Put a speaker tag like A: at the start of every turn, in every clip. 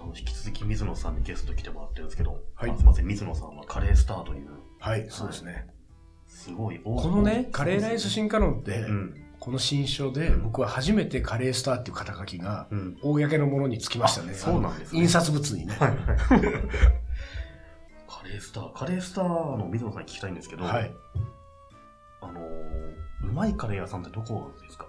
A: あの引き続き水野さんにゲスト来てもらってるんですけど、
B: はい
A: あすみません、水野さんはカレースターという、
B: はい、そうですね。
A: すごい
B: こ
A: こ
B: のね、カレーライス進化論っ
A: う
B: て、
A: ん。
B: この新書で、
A: うん
B: 僕は初めてカレースターっていう肩書きが、
A: うん。
B: 公のものにつきましたね。
A: あそうなんですね
B: 印刷物にね。
A: はいはい。カレースター、カレースターの水野さんに聞きたいんですけど、
B: はい。
A: あのーうまいカレー屋さんってどこですか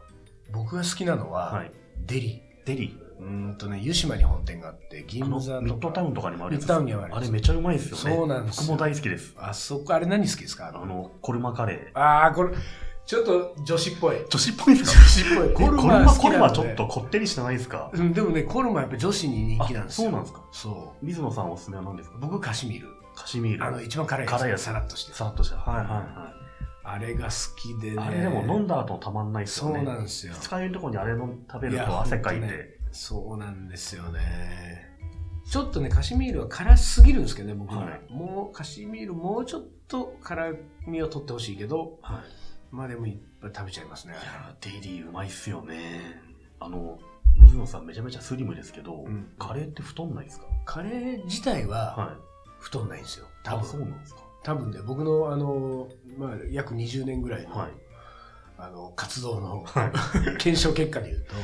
B: 僕が好きなのは、
A: い。
B: デリ
A: デリ
B: ー。うーんとね、湯島に本店があって、
A: ー。あ
B: 銀
A: の
B: 座
A: ミ
B: と
A: ッドタ
B: か。
A: ウンとかにもあるやつ
B: ミッドタウンにはある
A: あれめちゃうまいですよね。
B: そうなんですよ
A: 僕も大好きです。
B: あそこ、あれ何好きですか
A: あの、コルマカレー。
B: ああ、これ、ちょっと女子っぽい。
A: 女子っぽいですか
B: 子っぽい。コ
A: コ
B: ル
A: ル
B: マ
A: マ、
B: 好き
A: コル
B: な
A: マ
B: の
A: ちょ
B: で
A: っとこってりしてないですか
B: うん、でもね、コルマはやっぱ女子に人気なんです
A: あそ
B: よ。
A: うなんですか
B: そ
A: 水野さんおすすめは何ですか
B: う。僕、カシミール。
A: カシミール。
B: あの、一番辛いやつ。
A: 辛いやつ
B: さらっとして。
A: さっとした。はいは
B: あれが好きで
A: い
B: ね。
A: はい。あれでも飲んだ後たまんないです
B: そ
A: よ
B: う
A: ね。
B: なんですよ。
A: 二日酔いのとこにあれの食べる
B: いや
A: と汗かいて。
B: ほんとねそうなんですよね。ちょっとね、カシミールは辛すぎるんですけどね、僕には、
A: はい
B: もう、カシミール、もうちょっと辛みを取ってほしいけど、
A: はい。
B: まあでもいっぱい食べちゃいますね。
A: いやー、デイリーうまいっすよね。あの、水野さんめちゃめちゃスリムですけど、
B: うん
A: カレーって太んないですか
B: カレー自体は
A: はい。
B: 太んないんですよ。多
A: あ、そう
B: 分。
A: なんですか
B: 多分ね、僕の、あの、まあ、約20年ぐらいの、
A: はい。
B: あの、活動の
A: はい。
B: 検証結果で言うと、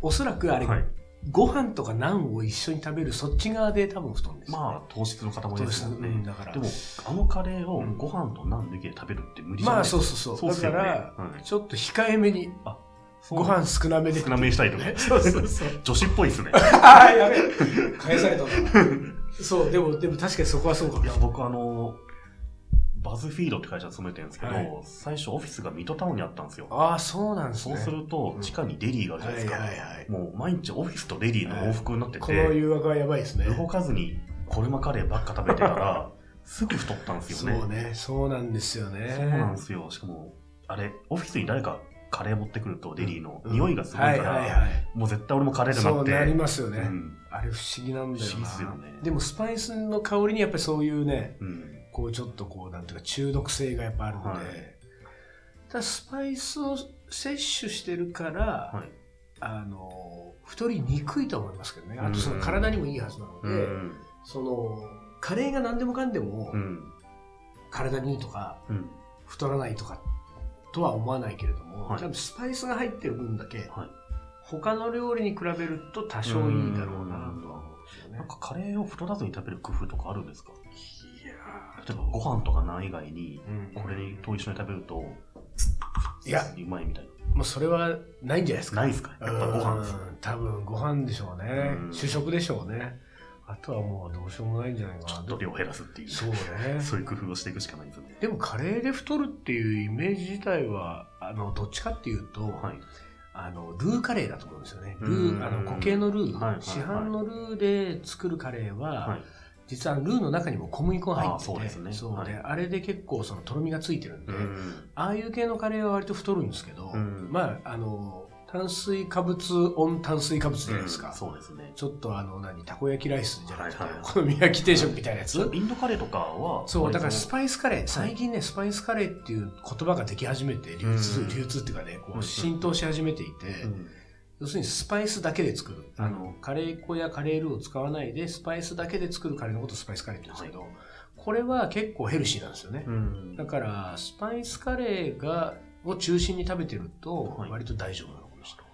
B: おそらくあれ、
A: はい
B: ご飯とかナンを一緒に食べるそっち側で多分太んですよ。
A: まあ、糖質の塊
B: そう
A: で
B: ですす
A: よね。
B: ね。うんだから。
A: でも、あのカレーを
B: うん
A: ご飯と何抜きで食べるって無理じゃない
B: まあ、
A: ですか。
B: そうそう
A: そ
B: そう。
A: うっ
B: だ
A: す
B: か
A: よね。
B: ら、
A: はい
B: ちょっと控えめに、
A: そう
B: ご飯少なめで。
A: 少なめにしたいとか
B: そうそうそう。
A: 女子っぽいっすね。
B: ああ、やべえ。 返されたな。そう、でも、でも確かにそこはそうかも
A: い。や、僕あの、バズフィードって会社勤めてるんですけど、
B: はい
A: 最初オフィスがミッドタウンにあったんですよ。
B: ああ、そうなんです
A: そ
B: ね。
A: うすると
B: う、ん
A: 地下にデリーがあるじゃないですか。
B: はいはいはい
A: もう毎日オフィスとデリーの往復になって
B: こ
A: て、
B: の誘惑はやばいですね。
A: 動かずにコルマカレーばっか食べてた ら、すぐ太ったんです
B: そ
A: よね。
B: うね。そうなんですよね。
A: そうなんですよ。しかも、あれ、オフィスに誰かカレー持ってくると、デリーの、
B: うん
A: 匂いがすごいから、
B: はいはいはい。
A: もう絶対俺もカレーじゃな
B: そ
A: く
B: う
A: て。
B: なりますよね。
A: うん
B: あれ不思議なんだよな。
A: 不思議っすよね
B: でも、スパイスの香りにやっぱりそういうね、
A: うん
B: こうちょっとこう、なんていうか中毒性がやっぱあるので、
A: はい
B: ただスパイスを摂取してるから、
A: はい
B: あの太りにくいと思いますけどねあとそ
A: うん
B: の体にもいいはずなので、
A: うん
B: そのカレーが何でもかんでも
A: うん
B: 体にいいとか
A: うん
B: 太らないとかとは思わないけれども、
A: はい
B: 多分スパイスが入ってる分だけ、
A: はい
B: 他の料理に比べると多少いいだろうなとは思うんですよね
A: なん。かカレーを太らずに食べる工夫とかあるんですか
B: いや
A: 例えばご飯とかナン以外に、
B: うん
A: これと一緒に食べると、
B: いや、
A: うまいみたい
B: もうそれはないんじゃないですか
A: な。ないですかやっぱご飯です。
B: うん多分ご飯でしょうね
A: うん
B: 主食でしょうねあとはもうどうしようもないんじゃないかな
A: ちょっと量を減らすっていう。
B: そうね
A: そういう工夫をしていくしかないんですよね。
B: でもカレーで太るっていうイメージ自体はあのどっちかっていうと、
A: はい。
B: あのルーカレーだと思うんですよねル
A: うん
B: ーあの固形のルー、
A: はいはいはい
B: 市販のルーで作るカレーは、
A: はい。
B: 実はルーの中にも小麦粉が入ってて
A: あそうですね
B: そうね
A: はい
B: あれで結構そのとろみがついてるんで、
A: うん
B: ああいう系のカレーは割と太るんですけど、
A: うん
B: まああの炭水化物オン炭水化物じゃないですか、
A: うんそうですね。
B: ちょっとあの何たこ焼きライスじゃなくて、
A: はいはい
B: お好み焼き定食みたいなやつ、
A: インドカレーとかは、
B: そうだからス
A: 割
B: パイスカレー最近ねスパイスカレーっていう言葉ができ始めて流通、
A: うん
B: 流通っていうかねこ
A: うん
B: う浸透し始めていて、
A: とうん
B: 要するにスパイスだけで作る、
A: うん
B: あのカレー粉やカレールーを使わないでスパイスだけで作るカレーのことをスパイスカレーって言うんですけど、これは結構ヘルシーなんですよね、
A: うん
B: だからスパイスカレーがを中心に食べてると
A: はい
B: 割と大丈夫なのかもしれな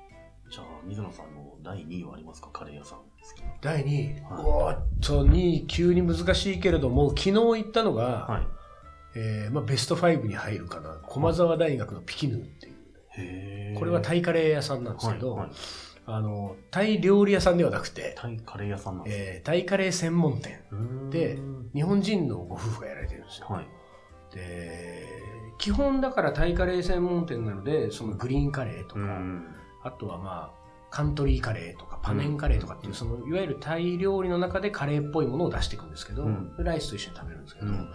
B: い、
A: じゃあ、水野さんの第2位はありますかカレー屋さん好きな。
B: 第
A: は
B: 2位、
A: い
B: おーっと2位急に難しいけれども昨日行ったのが、
A: はい。
B: えーまあ、ベスト5に入るかな駒沢大学のピキヌーっていう、
A: へー
B: これはタイカレー屋さんなんですけど、
A: はいはい
B: あのタイ料理屋さんではなくて、
A: タイカレー屋さんなんですね
B: えータイカレー専門店
A: うん
B: で日本人のご夫婦がやられてるんですよ、
A: はい。
B: で基本だからタイカレー専門店なのでそのグリーンカレーとか、
A: うん
B: あとはまあカントリーカレーとかパネンカレーとかっていう、そのいわゆるタイ料理の中でカレーっぽいものを出していくんですけど、
A: うん
B: ライスと一緒に食べるんですけど、
A: うん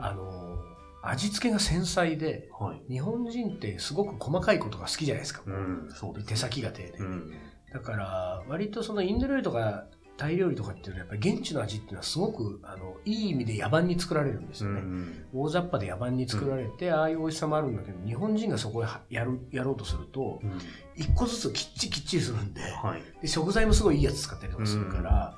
B: あの味付けが繊細で、
A: はい。
B: 日本人ってすごく細かいことが好きじゃないですか、
A: うん、そうです。
B: 手先が丁寧で、
A: うん。
B: だから割とそのインド料理とかタイ料理とかっていうのはやっぱり現地の味っていうのはすごくあのいい意味で野蛮に作られるんです
A: う
B: よね、
A: ん。
B: 大雑把で野蛮に作られて、ああいう美味しさもあるんだけど日本人がそこへはやるやろうとすると
A: うん
B: 一個ずつきっちりきっちりするんで
A: はい。
B: で食材もすごいいいやつ使ったりとかするから、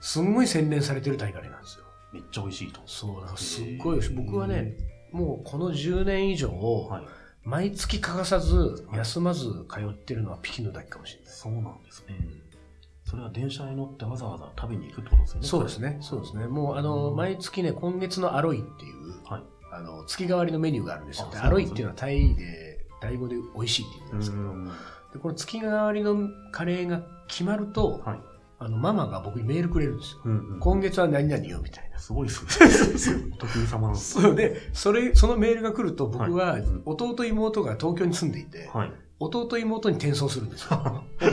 B: すんごい洗練されてるタイカレーなんですよ
A: めっちゃ美味しいと。
B: そうだからすっごい僕はねもうこの10年以上
A: はい。
B: 毎月欠かさず休まず通ってるのはピキのだけかもしれない、
A: そうなんですね。それは電車に乗ってわざわざ食べに行くってことですよね。
B: そうですねそうですねもうあの
A: うん
B: 毎月ね今月のアロイっていう
A: はい。
B: あの月替わりのメニューがあるんですよ
A: あ
B: で
A: そう
B: ア
A: なん
B: ロ
A: で
B: イっ
A: すね
B: ていうのはタイでタイ語で美味しいって意味なんですけど、でこの月替わりのカレーが決まると、
A: はい
B: あのママが僕にメールくれるんですよ、
A: うんうん
B: 今月は何々よみたいな
A: すごいです ね。お得意様なんです。
B: そうでそれそのメールが来ると僕は
A: はいうん
B: 弟妹が東京に住んでいて、
A: はい。
B: 弟妹に転送するんで すよ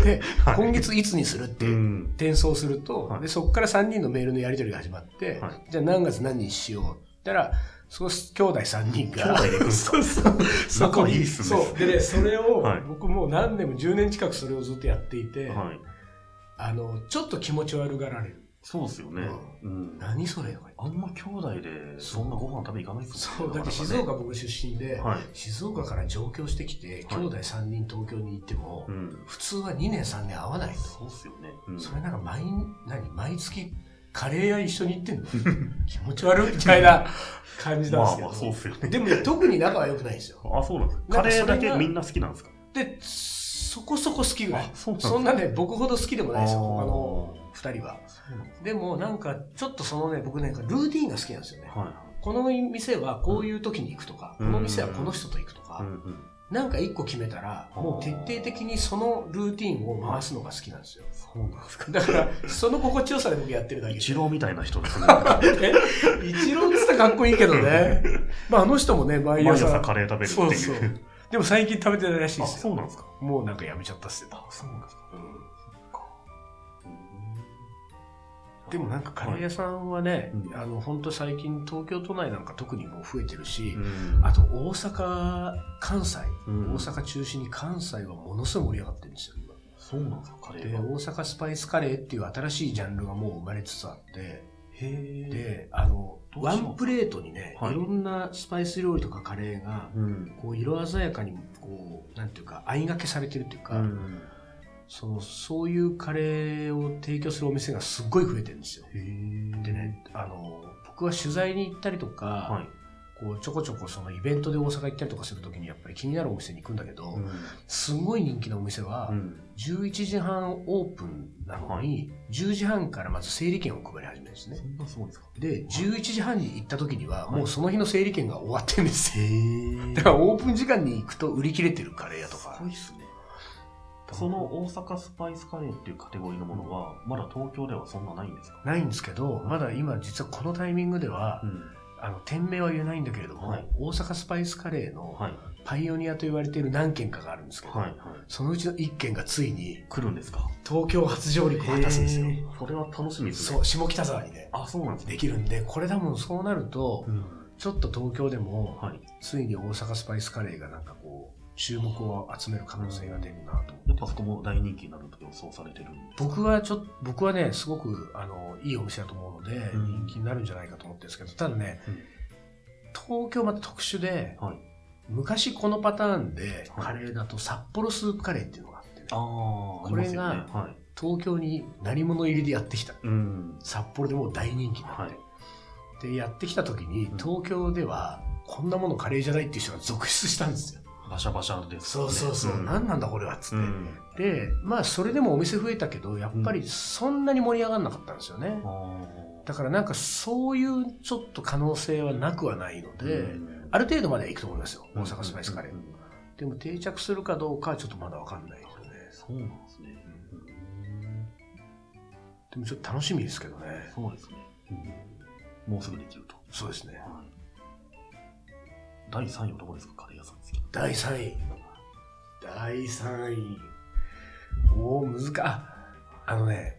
B: で今月いつにするって
A: うん。
B: 転送すると、
A: はい
B: でそこから3人のメールのやり取りが始まって、
A: は
B: じゃあ何月何日にしようって言ったらそう兄弟3人が
A: 兄弟で行くんですか
B: そこ
A: 仲いい
B: に
A: っすね
B: そうでねそれを
A: はい
B: 僕もう何年も10年近くそれをずっとやっていて、
A: はい。
B: あのちょっと気持ち悪がられる
A: そうですよね。うん。
B: 何それとか言って
A: あんま兄弟でそんなご飯食べ行かないです
B: そ
A: もん
B: うだって静岡僕出身で、
A: はい。
B: 静岡から上京してきて
A: はい
B: 兄弟3人東京に行っても、
A: うん。
B: 普通は2年3年会わないと、
A: そうっすよね。うん
B: それなんか毎何毎月カレー屋一緒に 行ってんの気持ち悪いみたいな感じなん
A: ま
B: で
A: あま
B: すけど、
A: あ、そうっすよね。
B: でも特に仲は良くないんですよ
A: あ、そうなんですか。
B: な
A: カ
B: んか
A: レ
B: それ
A: ー
B: が
A: だけみんな好きなんですか
B: でそこそこ好きぐらい
A: そうなんです
B: そんなね僕ほど好きでもないですよ
A: あー
B: 他の2人は
A: そうなんです
B: でもなんかちょっとそのね僕なんかルーティンが好きなんですよね
A: ねはいはい。
B: この店はこういう時に行くとか、
A: うん
B: この店はこの人と行くとか、
A: うんうん
B: なんか一個決めたら、もう徹底的にそのルーティンを回すのが好きなんですよ。
A: そうなんですか。
B: だから、その心地よさで僕やってるだけで。
A: 一郎みたいな人ですね。
B: え一郎って言ったらかっこいいけ どね。まあ、あの人もね、毎
A: 毎
B: 朝。
A: 朝カレー食べるっていう。
B: そうそう。でも最近食べてないらしい
A: あ、
B: ですよ。
A: そうなんですか。
B: もうなんかやめちゃったっすよ。
A: あ、そうなんですか。
B: でもなんかカレー屋さんはね、
A: うん
B: あの、本当最近東京都内なんか特にもう増えてるし、
A: うん
B: あと大阪、関西、
A: うん
B: 大阪中心に関西はものすごい盛り上がってるんですよ、今。
A: そうなんですか、カレー
B: で
A: が。
B: 大阪スパイスカレーっていう新しいジャンルがもう生まれつつあって
A: へえ。
B: であの
A: どうしま
B: ワ
A: す
B: ンプレートにね、
A: はい
B: い、ろんなスパイス料理とかカレーが
A: うん。
B: こう色鮮やかにこうなんていうか相掛けされてるっていうか、
A: うん
B: そのそういうカレーを提供するお店がすっごい増えてるんですよ。
A: へえ。
B: でねあの僕は取材に行ったりとか、
A: はい。
B: こうちょこちょこそのイベントで大阪行ったりとかするときにやっぱり気になるお店に行くんだけど、すごい人気のお店は、
A: うん
B: 11時半オープンなのに、10時半からまず整理券を配り始めるんですね
A: そ。んなすごいんですか
B: で、11時半に行った時には、
A: はい
B: もうその日の整理券が終わってるんですよ。
A: え
B: だからオープン時間に行くと売り切れてるカレー屋と
A: す
B: か
A: ご。いっすね。その大阪スパイスカレーっていうカテゴリーのものは、まだ東京ではそんなないんですか
B: ないんですけど、まだ今実はこのタイミングでは、
A: ん。
B: あの、店名は言えないんだけれども、
A: はい
B: 大阪スパイスカレーの
A: はい。
B: パイオニアと言われている何軒かがあるんですけど、
A: はい。はい。
B: そのうちの1軒がついに
A: 来るんですか
B: 東京初上陸を果たすんですよ
A: へ。ーそれは楽しみですね。
B: そう、下北沢にね、
A: あ、そうなんですね。
B: できるんで、これ多分そうなると、
A: うん。
B: ちょっと東京でも、
A: はい。
B: ついに大阪スパイスカレーがなんかこう注目を集める可能性が出るなと
A: やっぱそこも大人気になると予想されてるんですか
B: 僕はちょっと僕はねすごくあのいいお店だと思うので、
A: うん
B: 人気になるんじゃないかと思ってるんですけどただね、
A: うん
B: 東京また特殊で、
A: はい
B: 昔このパターンで
A: はい
B: カレーだと札幌スープカレーっていうのがあってね、
A: ああ、
B: これが
A: ありますよねはい。
B: 東京に何物入りでやってきた
A: うん。
B: 札幌でもう大人気になって、
A: はい。
B: でやってきた時に
A: うん
B: 東京ではこんなものカレーじゃないっていう人が続出したんですよ、
A: バシャバシャですか
B: そ
A: ら
B: う
A: ね。
B: そうそう、
A: ん
B: 何なんだこれはっつって、
A: うん。
B: でまあそれでもお店増えたけどやっぱりそんなに盛り上がんなかったんですよね、だからなんかそういうちょっと可能性はなくはないの
A: あー
B: で、
A: うん
B: ある程度までは行くと思いますよ大阪スパイスカレー、
A: うんうんうん
B: でも定着するかどうかはちょっとまだわかんないですね
A: そうなんですね。うん
B: でもちょっと楽しみですけどね
A: そうですね。もうすぐできると。
B: そうですね
A: 第3位はどこですか、カレー屋さんですけど。
B: 第3位第3位おお難しいああのね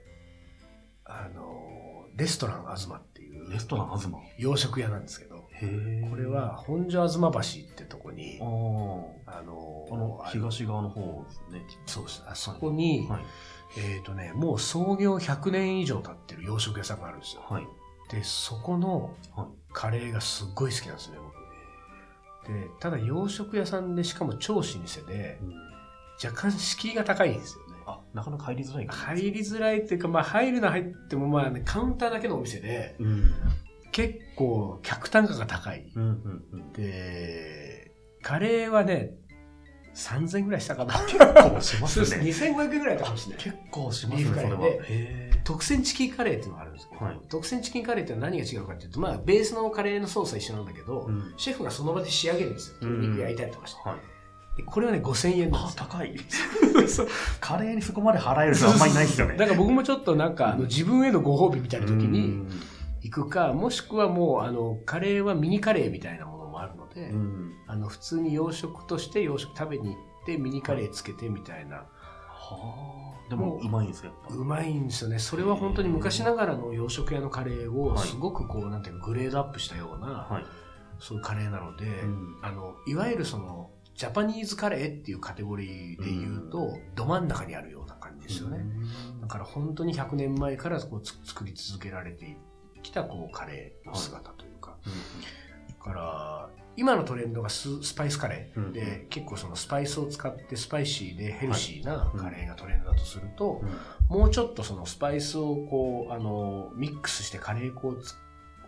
B: あのレストラン東っていう
A: レストラン東。
B: 洋食屋なんですけど
A: へえ。
B: これは本所東橋ってとこに
A: ああ、こ
B: あの
A: の
B: あ
A: 東側の方ですね。
B: そうですあそこに、
A: はい。
B: えっ、とね、もう創業100年以上経ってる洋食屋さんがあるんですよ。
A: はい。
B: で、そこの
A: はい
B: カレーがすっごい好きなんですね、僕。で、ただ洋食屋さんで、しかも超老舗で、若干敷居が高いんですよね。
A: あ、なかなか入りづらいか
B: 入りづらいっていうか、まあ入るな入っても、まあね、カウンターだけのお店で、
A: うん。うん
B: 結構客単価が高い。
A: うん うん。
B: で、カレーはね、3000円ぐらいしたかな。
A: 結構しますね。
B: 2500円ぐらいだかもしれない。
A: 結構しますね、
B: ビ
A: そ
B: ーフカ
A: れ
B: レー
A: は。
B: で
A: へ
B: 特選チキンカレーっていうのがあるんですけど、
A: はい
B: 特選チキンカレーってのは何が違うかっていうと、まあ、ベースのカレーのソースは一緒なんだけど、
A: ーうん。
B: シェフがその場で仕上げるんですよ。
A: うん
B: 肉焼いたりとかして。
A: はい。
B: でこれはね、5000円なんで
A: あ
B: す、よ。
A: 高い。カレーにそこまで払える人はあんま りないですよね。
B: だから僕もちょっとなんか、あの自分へのご褒美みたいな時
A: う
B: に
A: ん
B: 行くか、もしくはもう、あの、カレーはミニカレーみたいなものもあるので、
A: うん。
B: あの、普通に洋食として洋食食べに行って、ミニカレーつけてみたいな。
A: はあ。でも、うまいんですよ、やっ
B: うまいんですよね。それは本当に昔ながらの洋食屋のカレーを、
A: はい
B: すごくこう、なんていうか、グレードアップしたような、
A: ぱ。はい。
B: そういうカレーなので、
A: うん
B: あのいわゆるそのジャパニーズカレーっていうカテゴリーで言うと、ど真ん中にあるような感じですよね、だから本当に100年前からこうつ作り続けられてきたこうカレーの姿というか、だから今のトレンドがススパイスカレーで、
A: う
B: 結構そのスパイスを使ってスパイシーでヘルシーなカレーがトレンドだとすると、
A: うん
B: もうちょっとそのスパイスをこうあのミックスしてカレー粉をつ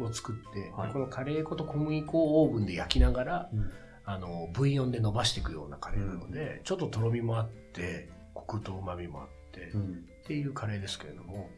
B: を作って、
A: はい
B: このカレー粉と小麦粉をオーブンで焼きながら
A: うん
B: あのブイヨンで伸ばしていくようなカレーなので、ちょっととろみもあってコクとうまみもあって、
A: う
B: っ
A: ん
B: ていうカレーですけれども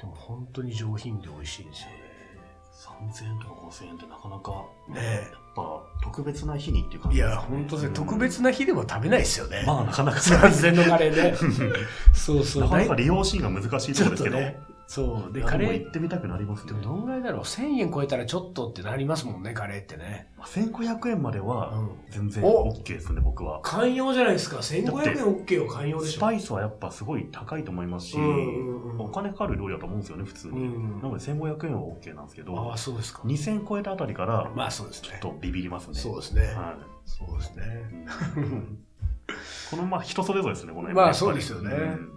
B: でも本当に上品で美味しいんですよね。
A: 3000円とか5000円ってなかなか、
B: ねえ
A: やっぱ特別な日にっていう感
B: い
A: じ
B: や、本当ですね、特別な日でも食べないですよね。
A: まあ、なか なか
B: 3000の カレーね。そうそう。
A: なかなか利用シーンが難しいところですけど、
B: ちょっとねそう。で、
A: で
B: カ
A: カ
B: レ
A: レ
B: ー
A: ー行ってみたくなります
B: で
A: ね
B: も。どんぐらいだろう ?1000 円超えたらちょっとってなりますもんね、カレーってね。
A: まあ1500円までは
B: ん。
A: 全然
B: お
A: OK ですね、僕は。
B: 寛容じゃないですか。1500円 OK よ、寛容でしょ。
A: スパイスはやっぱすごい高いと思いますし、
B: うんうんうん
A: お金かかる料理だと思うんですよね、普通
B: う
A: に。
B: ん
A: な。ので1500円は OK なんですけ
B: あ
A: ど
B: あ、、そうですか。
A: 2000超えたあたりから、
B: まあそうです
A: ちょ
B: ね
A: っ。とビビりますね。
B: そうですね。
A: は
B: そうですね
A: い。 このまあ人それぞれですね、この辺
B: まあ
A: やっぱり
B: そうですよね
A: うん
B: うん。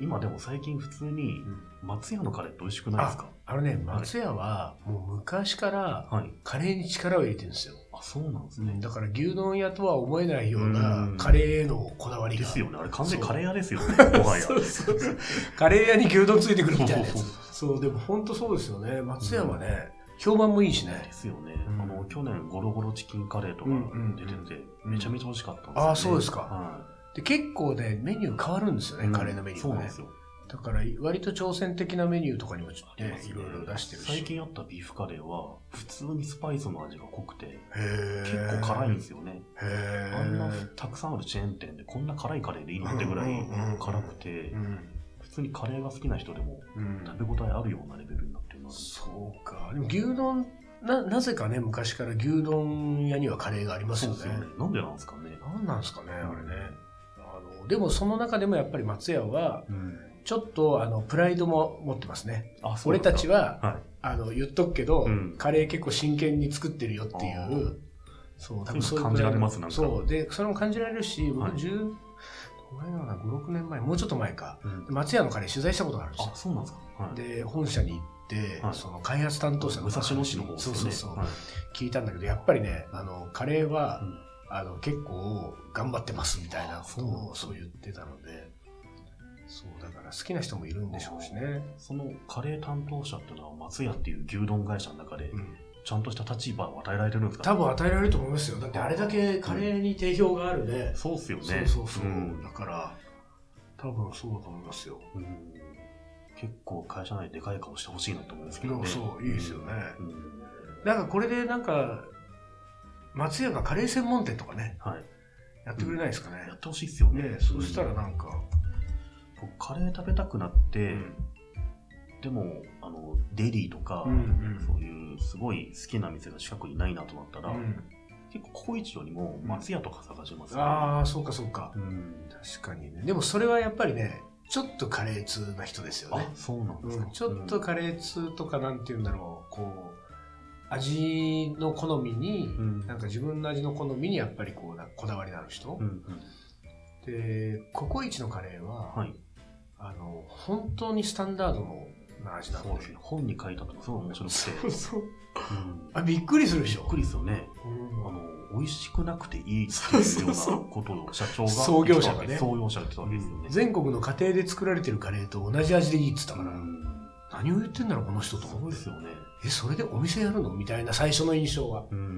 A: 今でも最近普通に松屋のカレーって美味しくないですか
B: あのね、松屋は、もう昔から
A: はい。
B: カレーに力を入れてるんですよ。
A: あ、そうなんです
B: う
A: ね
B: ん。だから牛丼屋とは思えないような
A: うん
B: カレーへのこだわり
A: で
B: が。
A: すよね。あれ完全に
B: そう
A: カレー屋ですよ ね、もはや。
B: そうそうそうカレー屋に牛丼ついてくるみたいなや
A: そう
B: つ
A: そう
B: そうでも本当そうですよね松山ね、評判もいいしね
A: ですよね、
B: うん
A: あの去年ゴロゴロチキンカレーとか
B: うんうん
A: 出てて、
B: うん
A: めちゃめちゃ美味しかったんですよ、ね
B: あーそうですか
A: は
B: で結構ねメニュー変わるんですよ
A: い
B: ね、カレーのメニュー
A: そう
B: が
A: なん
B: ね
A: ですよ、
B: だから割と挑戦的なメニューとかにもちょっとね
A: あります
B: い
A: ね
B: ろいろ出してるし
A: 最近あったビーフカレーは普通にスパイスの味が濃くて
B: へ
A: 結構辛いんですすよね、
B: へえ
A: あんなたくさんあるチェーン店でこんな辛いカレーでいいのってぐらい
B: うんうんうん
A: 辛くて
B: うん、
A: 普通にカレーが好きな人でも
B: うん、
A: 食べ応えあるようなレベルになってるので
B: そうかでも牛丼ななぜかね昔から牛丼屋にはカレーがあります
A: そう
B: よ
A: ですよ
B: ね
A: ねなんでなんですかね、
B: なんなんですかねあれねあのでもその中でもやっぱり松屋はちょっとあのプライドも持ってますね。
A: あそう
B: 俺
A: なんだ
B: たちは、
A: はい
B: あの言っとくけど、
A: うん
B: カレー結構真剣に作ってるよってい
A: あ
B: う
A: ー、
B: そ
A: そうい
B: う
A: うの
B: ういうプライド
A: 感じられますなんか
B: そうでそれも感じられるし、
A: は
B: 僕
A: い
B: 十、どのぐらいだろうな五六年前もうちょっと前か
A: うん
B: 松屋のカレー取材したことがあるんです
A: あ
B: よ。
A: そうなんですか、はい、
B: で本社に行って、
A: はい
B: その開発担当者
A: 武蔵野市の方で
B: ですす、
A: よね
B: そうそうそう、
A: はい
B: 聞いたんだけどやっぱりねあのカレーは、
A: うん
B: あの結構頑張ってますみたいなことを
A: あ
B: そ
A: そう
B: う言ってたのでそうだから好きな人もいるんでしょうしね、
A: そのカレー担当者っていうのは松屋っていう牛丼会社の中で
B: うん、
A: ちゃんとした立場を与えられてるんですか
B: 多分与えられると思いますよだってあれだけカレーに定評があるね、
A: そうっすよね
B: そうそうそう、
A: ん
B: だから多分そうだと思いますよ
A: うん結構会社内ででかい顔してほしいなと思うんですけど、
B: い
A: ね、
B: やそういいですよね
A: うん
B: なんかこれでなんか松屋がカレー専門店とかね
A: はい
B: やってくれないですかね
A: や、ってほしいっすよね
B: ねそうしたらなんか、
A: 僕カレー食べたくなって、
B: うん
A: でもあのデリーとか、
B: うんうん
A: そういうすごい好きな店が近くにないなとなったら、
B: うん
A: 結構ココイチよりも松屋とか探しますね
B: ああそうかそうか
A: うん
B: 確かにねでもそれはやっぱりねちょっとカレー通な人ですよね
A: あそうなんです
B: う
A: か、
B: ん、ちょっとカレー通とかなんて言うんだろうこう味の好みに、
A: うん
B: なんか自分の味の好みにやっぱりこうなこだわりのある人
A: うんうん
B: でココイチのカレーは、
A: はい。
B: あの本当にスタンダードの味な
A: そ
B: の
A: うですね。本に書いたとかすごい面白くて。
B: そうそう
A: うん
B: あびっくりするでし
A: び
B: ょ
A: っくりですよね。
B: うん
A: あの、美味しくなくていいっていうようなことを社長が。
B: そうそうそう創業者がね
A: 創業者が言ってたわけですよね。
B: 全国の家庭で作られてるカレーと同じ味でいいっつったから、
A: うん
B: 何を言ってんだろうこの人と
A: すご
B: 思
A: い
B: っ
A: で
B: て
A: すよね。
B: えそれでお店やるのみたいな最初の印象は
A: うん